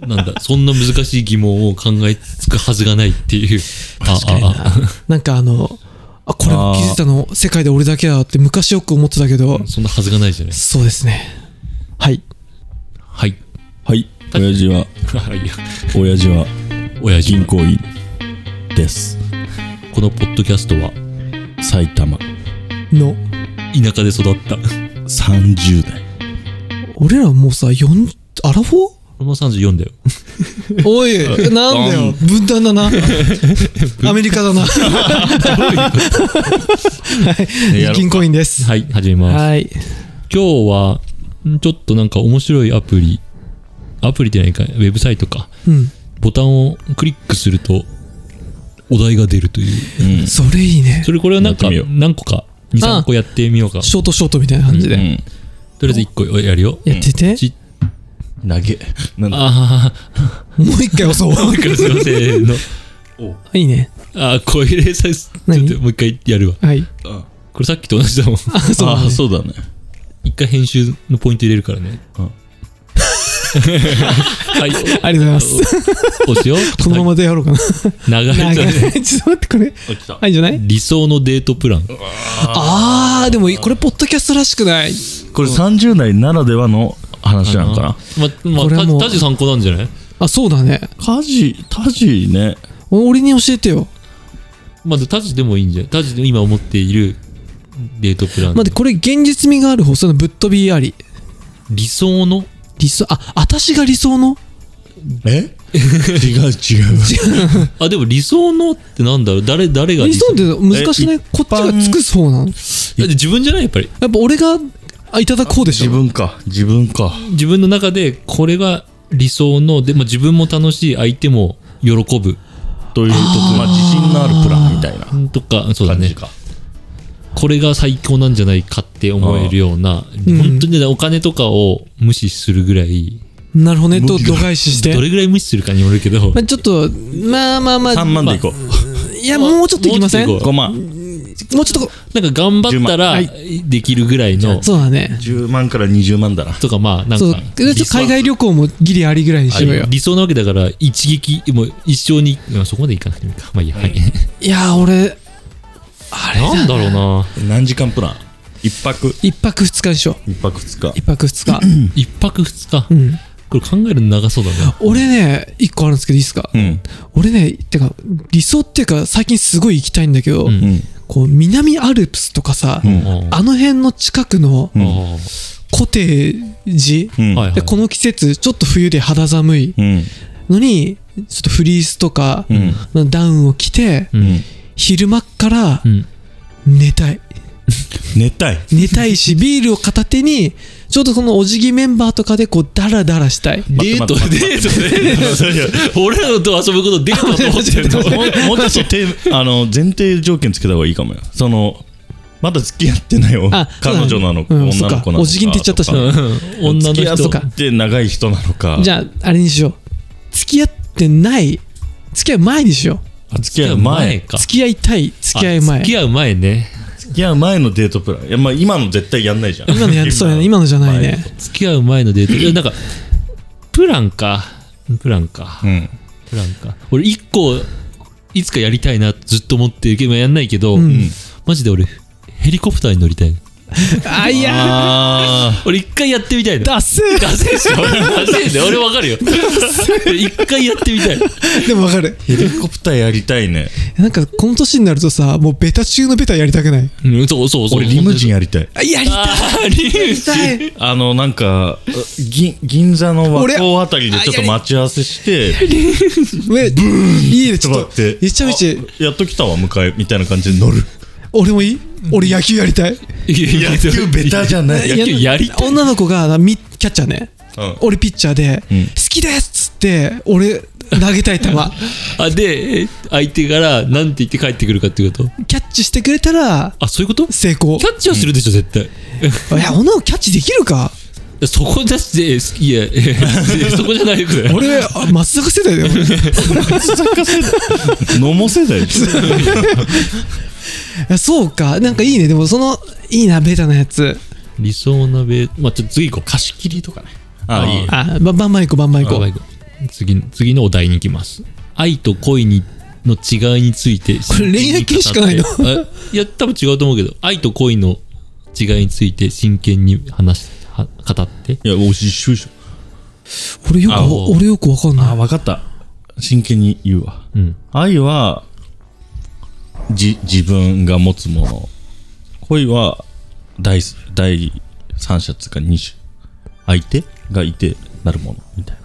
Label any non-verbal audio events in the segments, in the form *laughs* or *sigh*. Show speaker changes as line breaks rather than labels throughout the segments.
ど、なんだ、そんな難しい疑問を考えつくはずがないっていう。あ
確かにな
あ
なんかあのあこれは気づいたの世界で俺だけだって昔よく思ってたけど
あ、そんなはずがないじゃない。
そうですねはい
はい。
はい親父は
はい。
親父は
親父
銀行員です
このポッドキャストは、
埼玉
の
田舎で育った。
30代
俺らもうさ4アラフォー
この34だよ。
おい *laughs* なんだよ *laughs* 分断だなアメリカだなはい銀行員です
はい、始めます。
はい
今日は、んちょっとなんか面白いアプリ、アプリじゃないか、ウェブサイトか。
うん
ボタンをクリックすると、お題が出るという。
うん
それいいね
それこれはなんか、
やってみよ
何個か、2、3個やってみようか。と
ショートショートみたいな感じで
ん
りあえず1個やるよ。
やってて
ち
投げなんだ
あ
*laughs* もう一回押そう
あ、すいませ
*laughs*
んの。
いいね
ああ、小入れさちょ
何
っともう一回やるわ。
はい
これさっきと同じ
*laughs*
だもん。
あそうだ
あ
ね
そうだね
一回編集のポイント入れるからね。
うん
*laughs* はい。
ありがとうございます
押すよ。
このままでやろうかな
はい長い
長
じゃね。
い *laughs* ちょっと待ってこれはいじゃない
理想のデートプラン。
あーでもこれポッドキャストらしくない
これ30代ならではの話なのかな
ま、まあ、
これは
た
もう
たじ参考なんじゃない
あそうだね
家事家事ね
お俺に教えてよ
まあ、たじでもいいんじゃないたじで今思っているデートプラン。
待ってこれ現実味がある方そのぶっ飛びあり
理想の
理想あ私が理想の
え *laughs* 違う違う
*laughs* あ、でも理想のってなんだろう誰、誰が
理想って難しくない
え
こっちが尽くす方なのや
だって自分じゃないやっぱり。
っぱ俺があいただこうでし
自
ょ
分か自分か
自分の中で、これが理想の、でも自分も楽しい、相手も喜ぶ。
というとまあ自信のあるプランみたいな
とか、そうだ
感じ
ね。
か
これが最強なんじゃないかって思えるような、
ん
本当にねお金とかを無視するぐらい、
なるほどねと度外視して
どれぐらい無視するかによるけど、
まあ、ちょっとまあまあま
3
あ
万でいこ
いやもうちょっといきません
も
う
うちょっと
5万
もうちょっとこ
なんか頑張ったらできるぐらいの、
そうだね
10万から20万だな
とかまあ、なん
そう
か、
ちょっと海外旅行もギリありぐらいにしようよ
理想なわけだから、一撃、もう一生に、まあそこまでいかなくてもいいか。まあいいや、はい。
いやー俺あれ
なんだろうな。
何時間プラン一泊
一泊二日でしょ
一泊二日
一泊二 *clears throat* 日
一泊二日。
うん
これ考えるの長そうだな。
俺ね一個あるんですけどいいですか
うん
俺ねてか理想っていうか最近すごい行きたいんだけど、
うん
うん
こう南アルプスとかさ、
うん
うん
あの辺の近くの
うん
あ
コテージ、
うん
あはいはい
でこの季節ちょっと冬で肌寒い
うん
のにちょっとフリースとか
うん
のダウンを着て、
うん
昼間っから
うん
寝たい
寝たい
寝たい
*laughs*
しビールを片手にちょうどこのお辞儀メンバーとかでこうダラダラしたい
デート、
待って
デートね。俺らのと遊ぶことデートだと思ってるの。
もうもうちょっと手あの前提条件つけた方がいいかもよそのまだ付き合ってないお
あ
彼女なのか、
うん
女
そ
の
っ
子な
か
のか
お辞儀って言っちゃったし
とか
うん女の
付き合
人。
って長い人なのか
じゃああれにしよう付き合ってない付き合う前にしよ
あ付き合う前
か
う付き合いたい付き合い
あ
前
付き合う前ね。
付き合う前のデートプランいやまあ今の絶対やんないじゃん
今のやそうやね今のじゃないね
付き合う前のデート。いやなんか、プランか。プランか。
うん
プランか。俺、一個、いつかやりたいな、ずっと思ってるけど、今やんないけど、
ん
マジで俺、ヘリコプターに乗りたい。
あいや
あ
俺、一回やってみたいの。
ダッセー
ダセえっしょダセえんだよ。俺わかるよ。俺一回やってみたい。
でもわかる
ーヘリコプターやりたいね
なんかこの年になるとさもうベタ中のベタやりたくない
うん、そうそうそう。
俺リムジン
や
やりたい
あやりた
あーリムジン。
いリ
あのなんか銀銀座の和光あたりでちょっと待ち合わせして
いいねち
ちょ
ょ
っ
っ
と待って
といちゃみち
あやっと来たわ迎えみたいな感じで乗る
俺もいい俺野球やりたい
いや
野球ベタじゃない
野球やりたい
女の子がみキャッチャーね
うん
俺ピッチャーで
うん
好きですっつって俺投げたい球
あ、で、え相手からなんて言って帰ってくるかっていうこと。
キャッチしてくれたら
あ、そういうことキ
成功
ャッチはするでしょ、絶対。
いや女の子キャッチできるか
そこだって、好きや、そこじゃないよ。
俺あ松坂世代だよ俺い
飲もせだよ
やそうかなんかいいねでもそのいいなベタなやつ
理想なべ、まあ、ちょっと次行こう。
貸し切りとかねああ、いい。
あばバンバン行こうバンバン行こう
あ次次のお題に行きます愛と恋にの違いについて
これ恋愛系しかないの
真剣に語ってあいや多分違うと思うけど愛と恋の違いについて真剣に話しは語って
いや、もう一緒でしょ。
俺よく
あ
わ
お
俺よくわかん
あ
な
あ、
い
わかった。真剣に言うわ。
うん
愛は、じ、自分が持つもの。恋は、第、第三者つうか二種。相手がいて、なるもの。みたいな。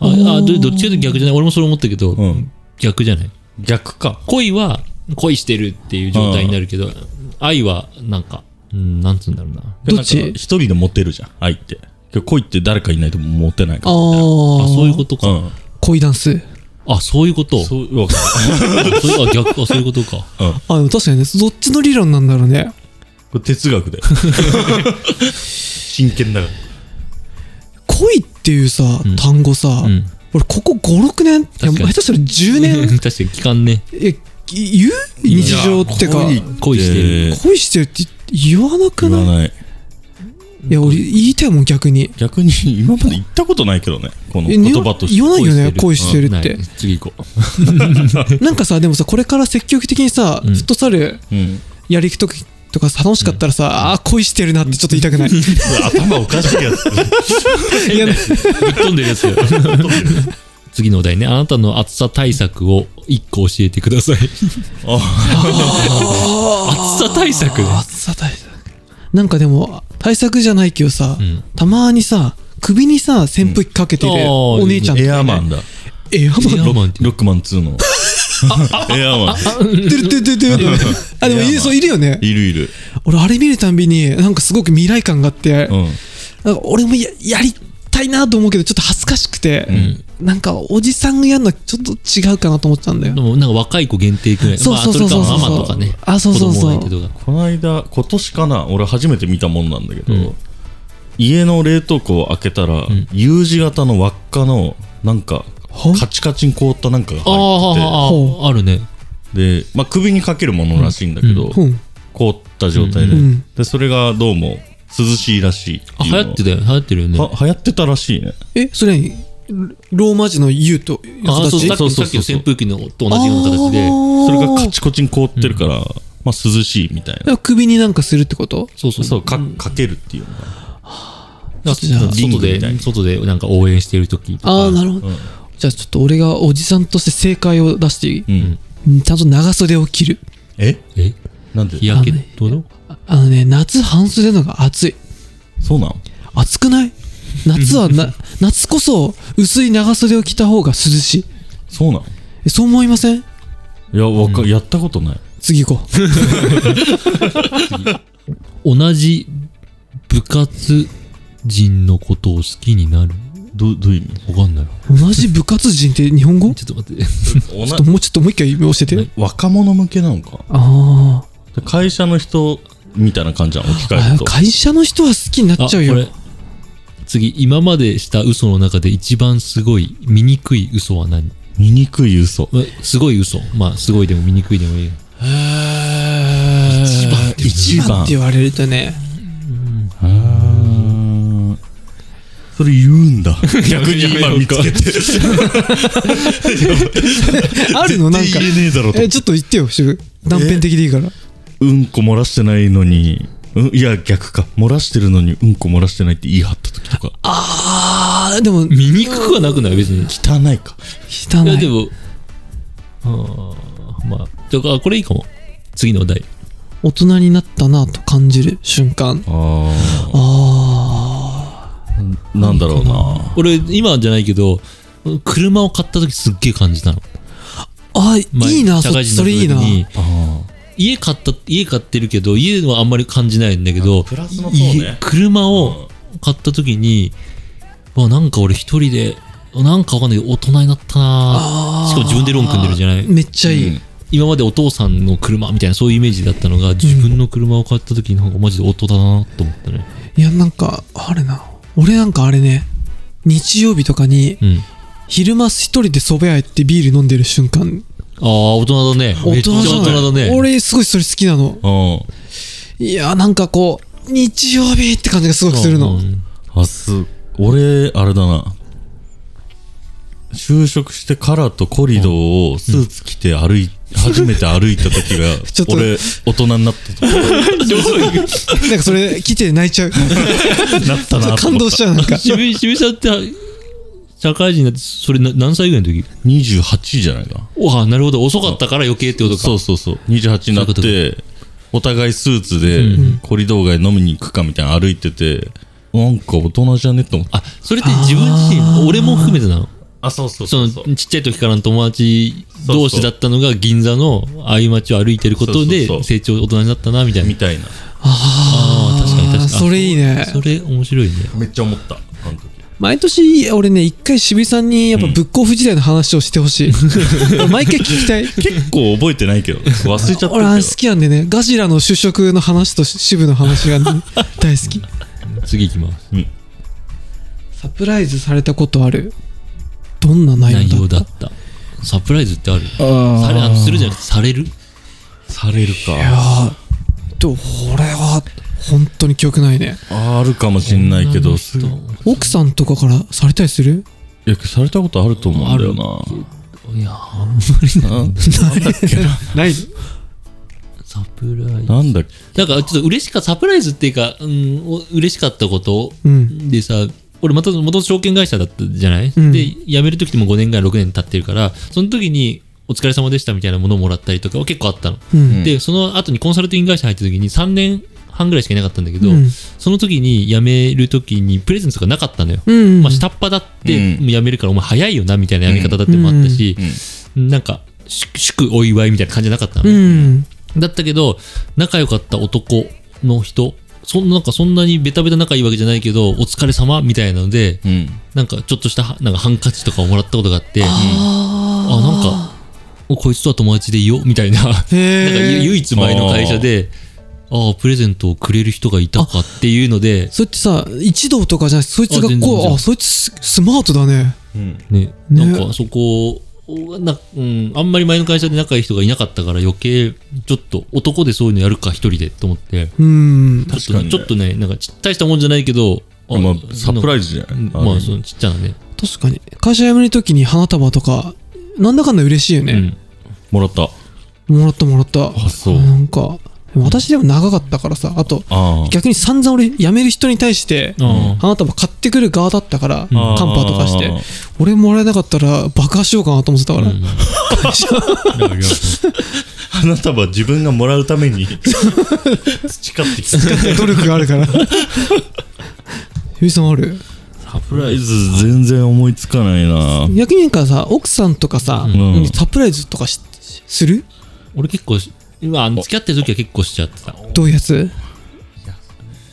ああどどっちかというと逆じゃない俺もそれ思ったけど、
うん
逆じゃない
逆か。
恋は恋してるっていう状態になるけど、愛はなんかうんなんつうんだろうな
どっち
なんか一人でモテるじゃん、愛って。けど恋って誰かいないとモテない
あ
か
あ
ら。
あそういう
ー
ことか、
うん。
恋ダンス
あそういうこと
そ、
そう
わかる。
れあ逆あそういうことか
あでも確かにねどっちの理論なんだろうね
これ哲学だよ。真剣だか
恋っていうさ
ん
単語さ、
うん
俺ここ56年い
確か
や
に
下手したら10
うん *laughs*
年
*laughs* 確かに聞かんね
いや言う
いや
日常ってか
恋
恋して
る
恋してるって言わなくな
ら。言
い
わない。
いや俺言いたいもん逆に
逆に今まで言ったことないけどね、この
えね
言葉として。
言わないよね恋
恋
してるって
ない次行こう
なんかさでもさこれから積極的にさ、
うん
フットサル
うん。
やりときとか楽しかったらさ、ああー恋してるなってちょっと言いたくないい
*laughs*
頭おかしいやつ。
や
ぶっ飛んでるやつ *laughs* よ次のお題ねあなたの暑さ対策を1個教えてください
あ
*laughs* 暑さ対策ね
あ暑さ対策なんかでも対策じゃないけどさ、
ん
たまにさ首にさ扇風機かけてる
うんあー
お姉ちゃんとかい
エ
ない
アーマンだ。
エアマン
エアマンって
ロックマン2の。
*laughs*
エアーマン。
てるてるてるてるあでも
エア
い
マ
る
ン
そういるよね
いるいる。
俺あれ見るたんびになんかすごく未来感があって、
うん。
なんか俺もややりたいなと思うけどちょっと恥ずかしくて、なんかおじさんがやるのはちょっと違うかなと思っちゃうんだよ
でもなんか若い子限定くらい
そうそうそうそう
まあ、それかママとかね
あそうそうそう
子供がいてとか
この間、今年かな、俺初めて見たもんなんだけど、
うん
家の冷凍庫を開けたら、U 字型の輪っかの、なんか
は、
カチカチに凍ったなんかが
あ
入ってて、
あ
ほ
ああるね
で、まあ、首にかけるものらしいんだけど、
うん
凍った状態で,、
うん
でそれがどうも涼しいらしいって
あ
い
流
うの
行ってたよ流行ってるよね
は流行ってたらしいね
えそれにローマ字の U という
あそう
形
さっきさっきの扇風機のと同じような形で
そ
そ
れがカチコチに凍ってるから、まあ、涼しいみたいな
首になんかするってこと
そうそう
そうかかけるっていうのが、
なんか
じゃあ
リング
外
みたい
で
に
外でなんか応援してる時と
あ
か
あなるほど、じゃあちょっと俺がおじさんとして正解を出していい、
うん
うんちゃんと長袖を着る
え
え
なんで
日焼けどうだ
ああのね夏半袖のが暑い
そうなの
暑くない夏
*laughs*
はな夏こそ薄い長袖を着た方が涼しい
そうなの
えそう思いません
いやわか、やったことない
次行こう
同じ部活人のことを好きになる
どどういう意味
わかんない
同じ部活人って日本
*laughs*
語ち
ちょっと待って
お
ょ
な
っともうちょっともう一回教えて、
はい
若者向けなのか
あ
で会社の人みたいな感じなの置き
ー
換え
あ
ると
会社の人は好きになっちゃうよ
次今までした嘘の中で一番すごい醜い嘘は何
醜い嘘
まあすごい嘘まあすごいでも醜いでもいい
一番
一
一番
番
って言われるとね
あーそれ言うんだ *laughs* 逆に今見つ
*laughs*
けて
あるのなんか
絶対入れねえだろと
えちょっと言ってよ渋断片的でいいから
うんこ漏らしてないのに、うん、いや逆か漏らしてるのにうんこ漏らしてないって言い張った時とか
あーでも
醜くはなくない別に
汚いか
汚
いや
い
でもあーまあとかこれいいかも次のお題
大人になったなと感じる瞬間
あ
あ
あなんだろうな
俺今じゃないけど車を買った時すっげえ感じたの
ーあー
前
いいな
社
そ
会人
そ
に
れいいな
なった時に
あ
家買った家買ってるけど家はあんまり感じないんだけど
プラスの方ね
家車を買った時に、わなんか俺一人でなんかわかんないけど大人になったな
あー
しかも自分でローン組んでるじゃない
めっちゃいい、
うん
今までお父さんの車みたいなそういうイメージだったのが自分の車を買った時なんかマジで大人だなと思ったね
いやなんかあれな俺なんかあれね日曜日とかに
うん
昼間一人でそば屋行ってビール飲んでる瞬間
ああ大人だね
大人
めっちゃ大
じゃ
人だ
ない
ね
俺すごいそれ好きなの
あ
いやなんかこう日曜日って感じがすごくするの
うん
あす俺、あれだな。就職してからとコリドーをスーツ着て歩い、初めて歩いた時 *laughs* が
ちょっ、と
俺、大人になった *laughs* 時
なんかそれ聞いて泣いちゃう
なったなと思った。
感動しちゃうなんか
渋井渋井さんって社会人になってそれな何歳ぐらいの時
28じゃないかな。
わあなるほど遅かったから余計ってことか
そうそうそう。28になっ
そう
て、お互いスーツでコリドー街飲みに行くかみたいなの歩いてて、なんか大人じゃねって思った。
あそれって自分自身俺も含めてなの
あ、そうそう
そのちっちゃい時からの友達同士だったのが銀座のああいう街を歩いてること
そうそうそ
で
う
成長大人になったなみたいな
みたいな。
ああ確かに確か
あ
に
ーそれいいね
それ面白いね
めっちゃ思った。あの時。
毎年俺ね一回渋井さんにやっぱブックオフ時代の話をして
*laughs*
ほしい俺毎回聞きたい
結構覚えてないけど、忘れちゃったけど。
俺あれ好きなんでねガジラの就職の話と渋の話が、
*laughs*
ね、大好き
次行きます
うん。
サプライズされたことあるどんな内
内
容
容
だ
だ
っ
ったたサプライズってある
あ
されあのするじゃなくてされる
され
い
る
や
か。
ーでも俺は本当に記憶ないね
あるかもしんないけど、す
女の
奥さんとかからされたりする
いや、されたことあると思うんだよ
人いやあんま
な。ななんだっけな。
*laughs* ない
サプライズ
なんだっけ。
なんかちょっと嬉しかサプライズっていうか、うん、お嬉しかったこと
うん
でさ、俺また元々証券会社だったじゃない、
うん
で辞める時ってもう5年ぐらい6年経ってるからその時にお疲れ様でしたみたいなものをもらったりとかは結構あったの、
うん
でその後にコンサルティング会社入った時に3年半ぐらいしかいなかったんだけど、
うん
その時に辞める時にプレゼントとかなかったのよ、
うん
まあ、下っ端だって
うん
もう辞めるからお前早いよなみたいな辞め方だってもあったし、なんか祝祝お祝いみたいな感じじゃなかったのね、
うん
だったけど、仲良かった男の人、そんな、なんかそんなにベタベタ仲いいわけじゃないけど、お疲れ様みたいなので、
うん。
なんかちょっとしたは、なんかハンカチとかをもらったことがあって、
あ
あ、なんか、おこいつとは友達でいよ、みたいな、
*laughs*
なんか
ーへえ
唯一前の会社で、ああ、プレゼントをくれる人がいたかっていうので、
それってさ一同とかじゃなくてそいつが
あ全然全
こう
然
あそいつススマートだね
うん。
ね、
ね
なんかそこをな、うん、あんまり前の会社で仲いい人がいなかったから余計、ちょっと男でそういうのやるか一人でと思って、
うん
ちょっとねちょっ
確
とね、なんかち大したもんじゃないけど、
まあ、サプラ
イ
イズじゃない。
まあ、そのちっちゃなね。
確かに会社辞める時に花束とかなんだかんだ嬉しいよ
う
ね、
ん
もらった。
もらったもらった
あ、そう。
なんかでも私でも長かったからさあと
あ
逆に散々俺辞める人に対して
あ
花束買ってくる側だったから、
ん
カンパとかして
あー
俺もらえなかったら爆破しようかなと思ってたから、
*laughs* あ。花束自分がもらうために *laughs* 培ってきた。サ
努力があるからゆいさんある
プライズ全然思いつかないな。
逆になんかさ奥さんとかさ、
ん
サプライズとかしする
俺結構し、今、あの付き合ってる時は結構しちゃってた。
どういうやつ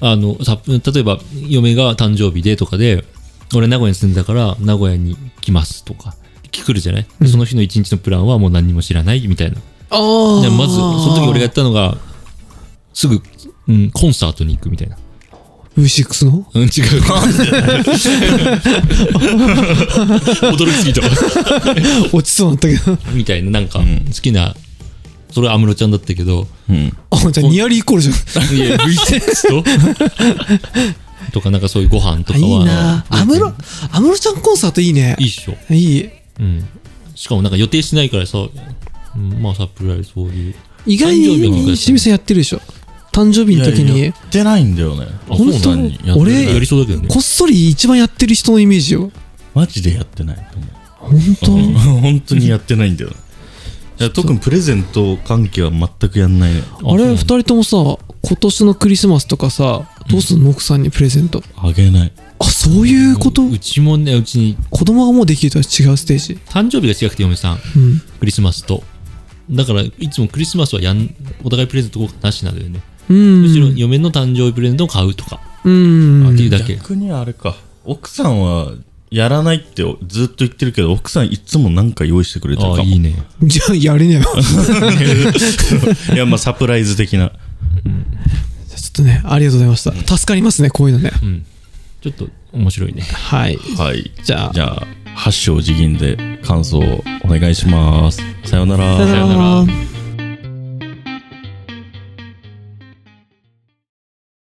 あの、さ例えば、嫁が誕生日でとかで、俺名古屋に住んでたから、名古屋に来ますとか、来るじゃない、でその日の一日のプランはもう何にも知らないみたいな。
ああ
でまず、その時俺がやったのが、すぐ、うん、コンサートに行くみたいな。
V6 の
*laughs*
うん、違う。 *laughs* 驚きすぎた。
落ちそうだっ
*laughs*
たけど
みたいな、なんか、
ん
好きな、それは安室ちゃんだったけ
*laughs*
ど、
うん。
あじゃあニアリーイコールじゃん
いや、V6 と
*laughs*
とか、なんかそういうご飯と
あ
か
い
は、
いな
うん
安室安室ちゃんコンサートいいね
いいっしょ。
いい
うん。しかもなんか予定してないからさ、うん、まあサプライズそういう。
意外
誕生日に
に清水さんやってるでしょ誕生日の時
いやや
に
ってないんだよね。
あ
本
そう
当
なんだ
やってない
俺
やりそうだけどね。
こっそり一番やってる人のイメージよ
マジでやってないと思う。
本当
うん本当にやってないんだよ。いや特にプレゼント関係は全くやんないね。
あれ
そう
二人ともさ今年のクリスマスとかさどうすんの奥さんにプレゼント
あげない。
あそういうこと
うちもね、うちに、
子供がもうできるとは違うステージ
誕生日が違くて嫁さん、
うん
クリスマスと。だから、いつもクリスマスはやん、お互いプレゼントなしなんだよね。
うん
むしろ嫁の誕生日プレゼントを買うとか、
うん
っていうだけ。
逆にあれか。奥さんはやらないってずっと言ってるけど、奥さんいつもなんか用意してくれてる
あ
か
あ、
も。
いいね。
じゃあやれねえよじゃ
*laughs* いや、まあサプライズ的な。
あちょっとねありがとうございました助かりますねこういうのね
うん。ちょっと面白いね。
はい
はい。
じゃあ
じゃあ、八章次元で感想をお願いします。さようなら。
さよなら